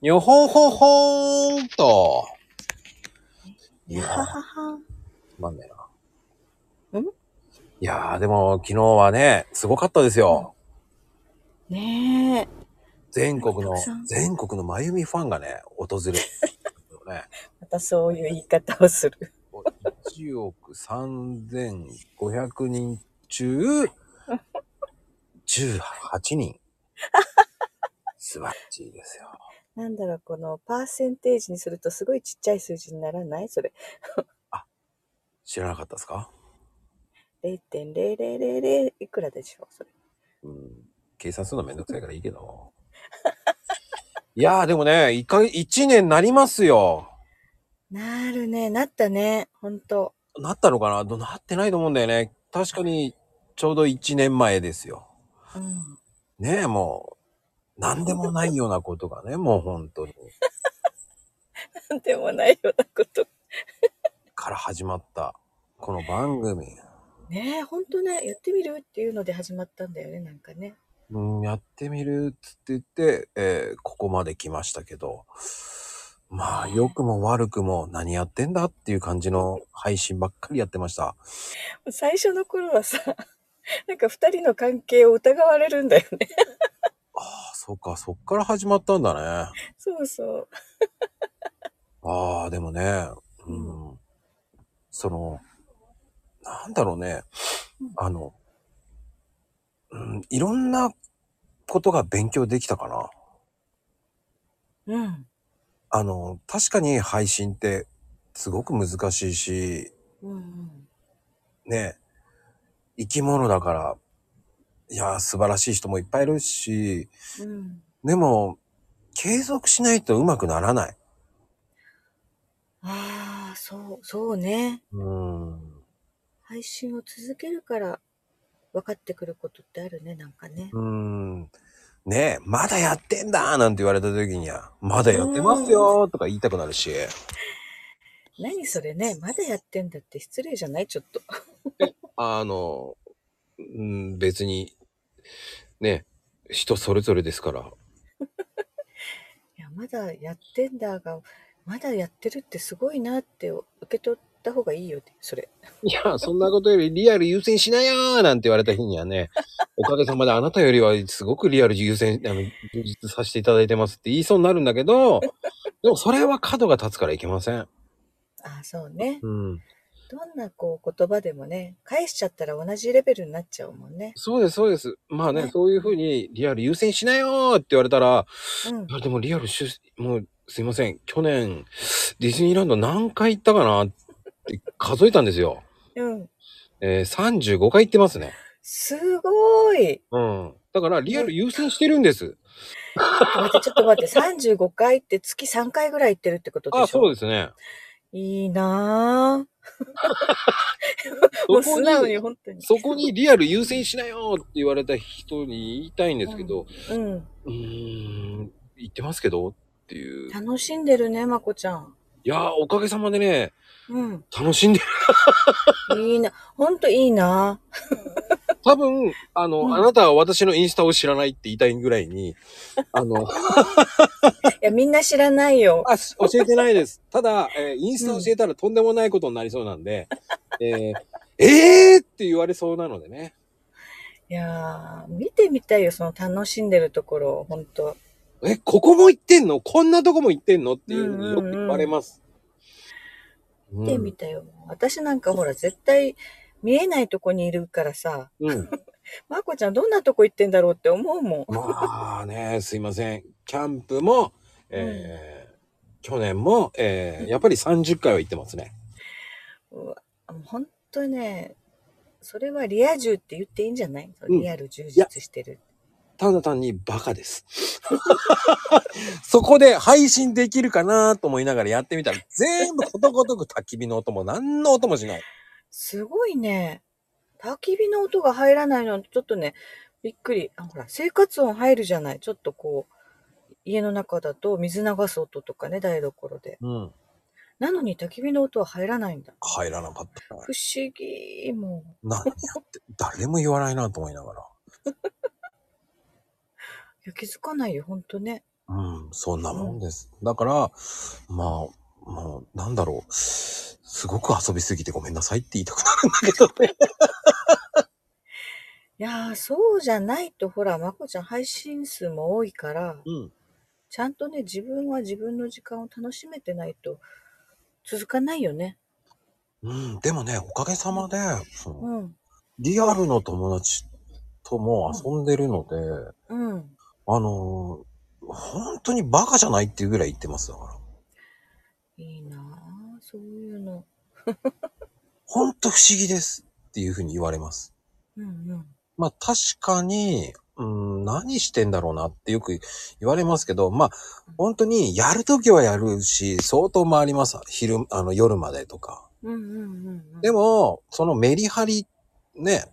にょほほほーんと。いやはー、はは。つまんねえな。んいやー、でも昨日はね、すごかったですよ。 ねえ。全国のたくさ、ん全国のまゆみファンがね、訪れる、ね。またそういう言い方をする。 1億3500人中、18人。 素晴らしいですよ。なんだろう、このパーセンテージにするとすごいちっちゃい数字にならないそれ。知らなかったですか0.0000いくらでしょうそれ。うん。計算するのめんどくさいからいいけど。いやーでもね、一か、一年なりますよ。なるね。なったね。ほんと。なったのかなどなってないと思うんだよね。確かに、ちょうど一年前ですよ。うん。ねえ、もう、なんでもないようなことがね、もう本当に。なん でもないようなこと。から始まった、この番組。ねえ、ほんとね。やってみるっていうので始まったんだよね。なんかね。うん、やってみるっつって言って、えーここまで来ましたけど、まあ、良くも悪くも何やってんだっていう感じの配信ばっかりやってました。最初の頃はさ、 なんか二人の関係を疑われるんだよね。ああ、そっか、そっから始まったんだね。 そうそう。ああ、でもね、うん。その、なんだろうねうん、あの、うん、いろんなことが勉強できたかな。うん。あの、確かに配信ってすごく難しいし、うんうん。ね、生き物だから、いや、素晴らしい人もいっぱいいるし、うん。でも、継続しないとうまくならない。ああ、そう、そうね。うん。配信を続けるから分かってくることってあるね、なんかね。うん。ねえ、まだやってんだなんて言われた時には、まだやってますよとか言いたくなるし、何それね、まだやってんだって失礼じゃないちょっと。あの、うん、別に、ね、人それぞれですから。いや、まだやってんだが、まだやってるってすごいなって受け取った方がいいよって、それ。いや、そんなことよりリアル優先しなよーなんて言われた日にはね、おかげさまであなたよりはすごくリアル優先、あの、充実させていただいてますって言いそうになるんだけど、でもそれは角が立つからいけません。ああ、そうね。うん。どんなこう言葉でもね、返しちゃったら同じレベルになっちゃうもんね。そうです、そうです。まあね、ねそういうふうにリアル優先しなよーって言われたら、うんい。や、でもリアルしゅ、もう、すいません。去年、ディズニーランド何回行ったかなって数えたんですよ。うん。えー、35回行ってますね。すごい。うん。だから、リアル優先してるんです。ちょっと待って、ちょっと待って、35回って月3回ぐらい行ってるってことでしょあ、そうですね。いいなぁ。もうそこ素直にに、本当に。そこにリアル優先しなよって言われた人に言いたいんですけど、うん。うーん、言ってますけどっていう。楽しんでるね、まこちゃん。いやー、おかげさまでね、うん。楽しんでる。いいな。ほんといいな多分、あの、うんあなたは私のインスタを知らないって言いたいぐらいに、あの、ぁ。いや、みんな知らないよ。あ、し教えてないです。 ただ、えーインスタ教えたらとんでもないことになりそうなん で、えー、えーって言われそうなのでね。いやー、見てみたいよ、その楽しんでるところを、ほんと。え、ここも行ってんのこんなとこも行ってんのっていうのによく言われます。うん見てみたいよ。私なんかほら、絶対、見えないとこにいるからさ、うん。まこちゃんどんなとこ行ってんだろうって思うもん。まあね、すいません。キャンプも、えー去年も、えーやっぱり30回は行ってますね。うわもうほんとね、それはリア充って言っていいんじゃないうんリアル充実してる。ただ単にバカです。 そこで配信できるかなと思いながらやってみたら、全部ことごとく焚き火の音も何の音もしない。すごいね。焚き火の音が入らないの、ちょっとね、びっくり。あ、ほら、生活音入るじゃない。ちょっとこう、家の中だと水流す音とかね、台所で。うん。なのに焚き火の音は入らないんだ。入らなかったな。不思議、もう。何やって、誰も言わないなと思いながら。いや気づかないよ、ほんとね。うん。そんなもんです。だから、まあ、もう、なんだろう。すごく遊びすぎてごめんなさいって言いたくなるんだけどね。いやー、そうじゃないと、ほら、まこちゃん配信数も多いから、うん。ちゃんとね、自分は自分の時間を楽しめてないと、続かないよね。うん、でもね、おかげさまで、そのうん。リアルの友達とも遊んでるので、うん。あのー本当にバカじゃないっていうぐらい言ってますだから。いいなぁ、そういうの。本当不思議ですっていうふうに言われます。うんうん。まあ確かに、うん、何してんだろうなってよく言われますけど、まあ本当にやるときはやるし、相当回ります。昼、あの夜までとか。うんうんうん、うん。で、も、そのメリハリね、っ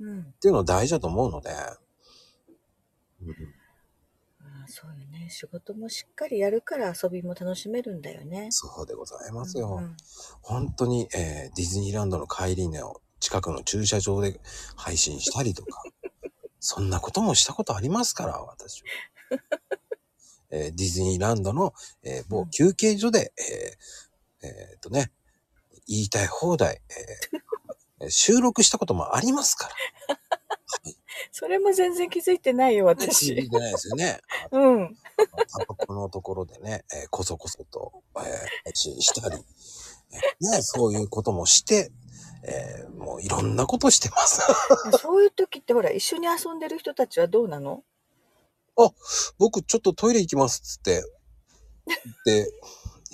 うん。ていうの大事だと思うので、うんあーそうよね。仕事もしっかりやるから遊びも楽しめるんだよね。そうでございますよ。うんうん本当に、えーディズニーランドの帰りの近くの駐車場で配信したりとか、そんなこともしたことありますから、私は。えーディズニーランドの、えー某休憩所で、えーえーっとね、言いたい放題、えー収録したこともありますから。それも全然気づいてないよ、知私。りてないですよね。うん。タバコのところでね、えーこそこそと、えー配信したり、えーね、そういうこともして、えーもういろんなことしてます。そういう時ってほら、一緒に遊んでる人たちはどうなの僕ちょっとトイレ行きますっつって、で、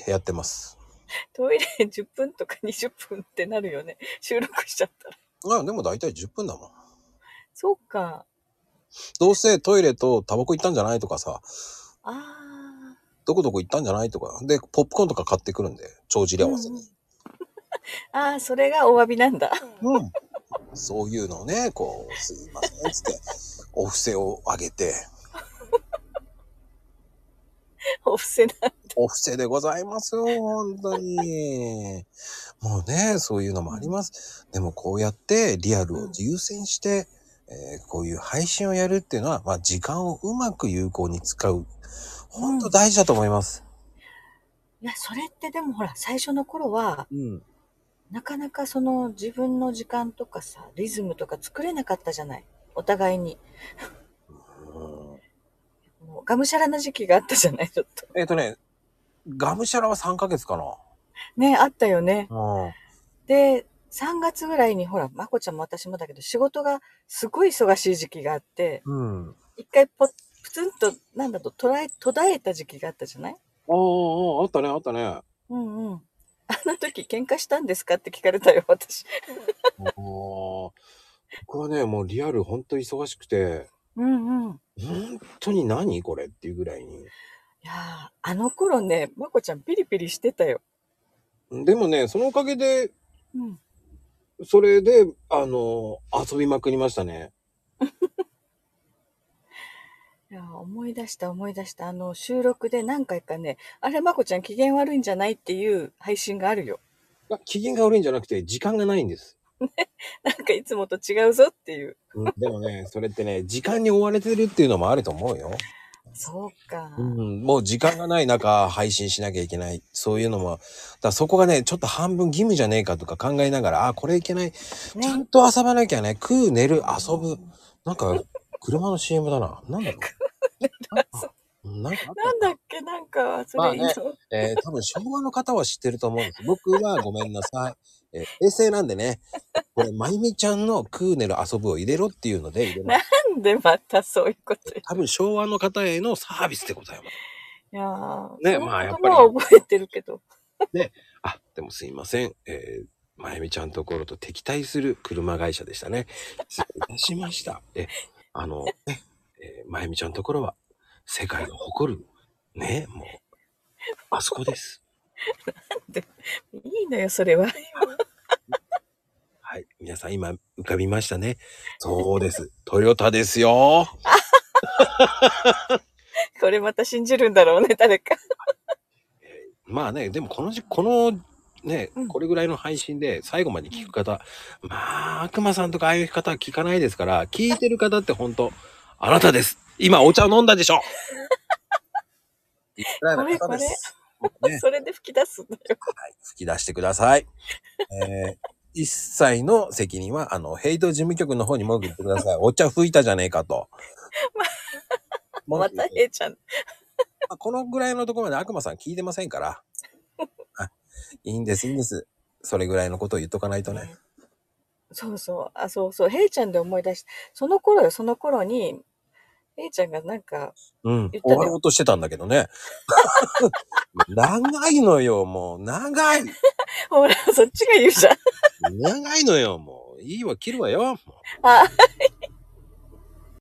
やってます。トイレ10分とか20分ってなるよね。収録しちゃったら。あでも大体10分だもん。そうか。どうせトイレとタバコ行ったんじゃないとかさ、あどこどこ行ったんじゃないとか、で、ポップコーンとか買ってくるんで、帳尻ー。合わせに。あ あー、それがお詫びなんだ。 うん。そういうのをね、こう、すいませんっつって、お布施をあげて、お布施だ。お布施でございますよ、本当に。もうね、そういうのもあります。でもこうやってリアルを優先して、えーこういう配信をやるっていうのは、まあ時間をうまく有効に使う。本当大事だと思います。いや、それってでもほら、最初の頃は、うん。なかなかその自分の時間とかさ、リズムとか作れなかったじゃない。お互いに。もうがむしゃらな時期があったじゃない、ちょっと。えっ、とね、がむしゃらは3ヶ月かな。ね、あったよね。うん。で、3月ぐらいにほら、まこちゃんも私もだけど、仕事がすごい忙しい時期があって、うん。一回ポプツンと、なんだと、捉え、途絶えた時期があったじゃないああ、あったね、あったね。うんうん。あの時喧嘩したんですかって聞かれたよ、私。ああ。僕はね、もうリアル本当忙しくて、うんうん。本当に何これっていうぐらいに。いやーあの頃ね、まこちゃんピリピリしてたよ。でもね、そのおかげで、うん。それで、あの、遊びまくりましたね。いやー思い出した思い出した。あの、収録で何回かね、あれまこちゃん機嫌悪いんじゃないっていう配信があるよ。 あ機嫌が悪いんじゃなくて、時間がないんです。なんかいつもと違うぞっていう。うんでもね、それってね、時間に追われてるっていうのもあると思うよ。そうか。うん、もう時間がない中、配信しなきゃいけない。そういうのも、だからそこがね、ちょっと半分義務じゃねえかとか考えながら、あ、これいけない。ちねゃんと遊ばなきゃね、食う、寝る、遊ぶ。なんか、車の CM だな。なんだろう。なんかあったなんだっけなんか、それいいの、まえー多分昭和の方は知ってると思うんです。僕はごめんなさい。えー平成なんでね、これ、まゆみちゃんのクーネル遊ぶを入れろっていうので入れます。なんでまたそういうこと言う多分昭和の方へのサービスでございます。いやーねそのまあやっぱり言葉は覚えてるけど。あ、でもすいません。えーまゆみちゃんのところと敵対する車会社でしたね。失礼いたしました。え、あの、ね、えーまゆみちゃんのところは世界が誇る、ね、もう、あそこです。いいのよ、それは。 はい。皆さん今浮かびましたね。そうです。トヨタですよ。これまた信じるんだろうね、誰か。まあね、でもこのじ、この、ねう、んこれぐらいの配信で最後まで聞く方、まあ、悪魔さんとかああいう方は聞かないです から、聞いてる方って本当あなたです今お茶飲んだでしょっていうぐらいの方です。ね、 それで吹き出すんだよ。吹き出してください。えー一切の責任は、あの、ヘイト事務局の方に文句言ってください。お茶吹いたじゃねえか と。文ま句言たってへいちゃん。まあこのぐらいのところまで悪魔さん聞いてません から。あいいんです、いいんです。それぐらいのことを言っとかないとね。そうそう。あ、そうそう。へいちゃんで思い出して、その頃よ、その頃に、へいちゃんがなんか、 うん。言った終ねわろうとしてたんだけどね。 長いのよ、もう。長い。ほら、そっちが言うじゃん。長いのよ、もう。いいわ、切るわよ。もうあ、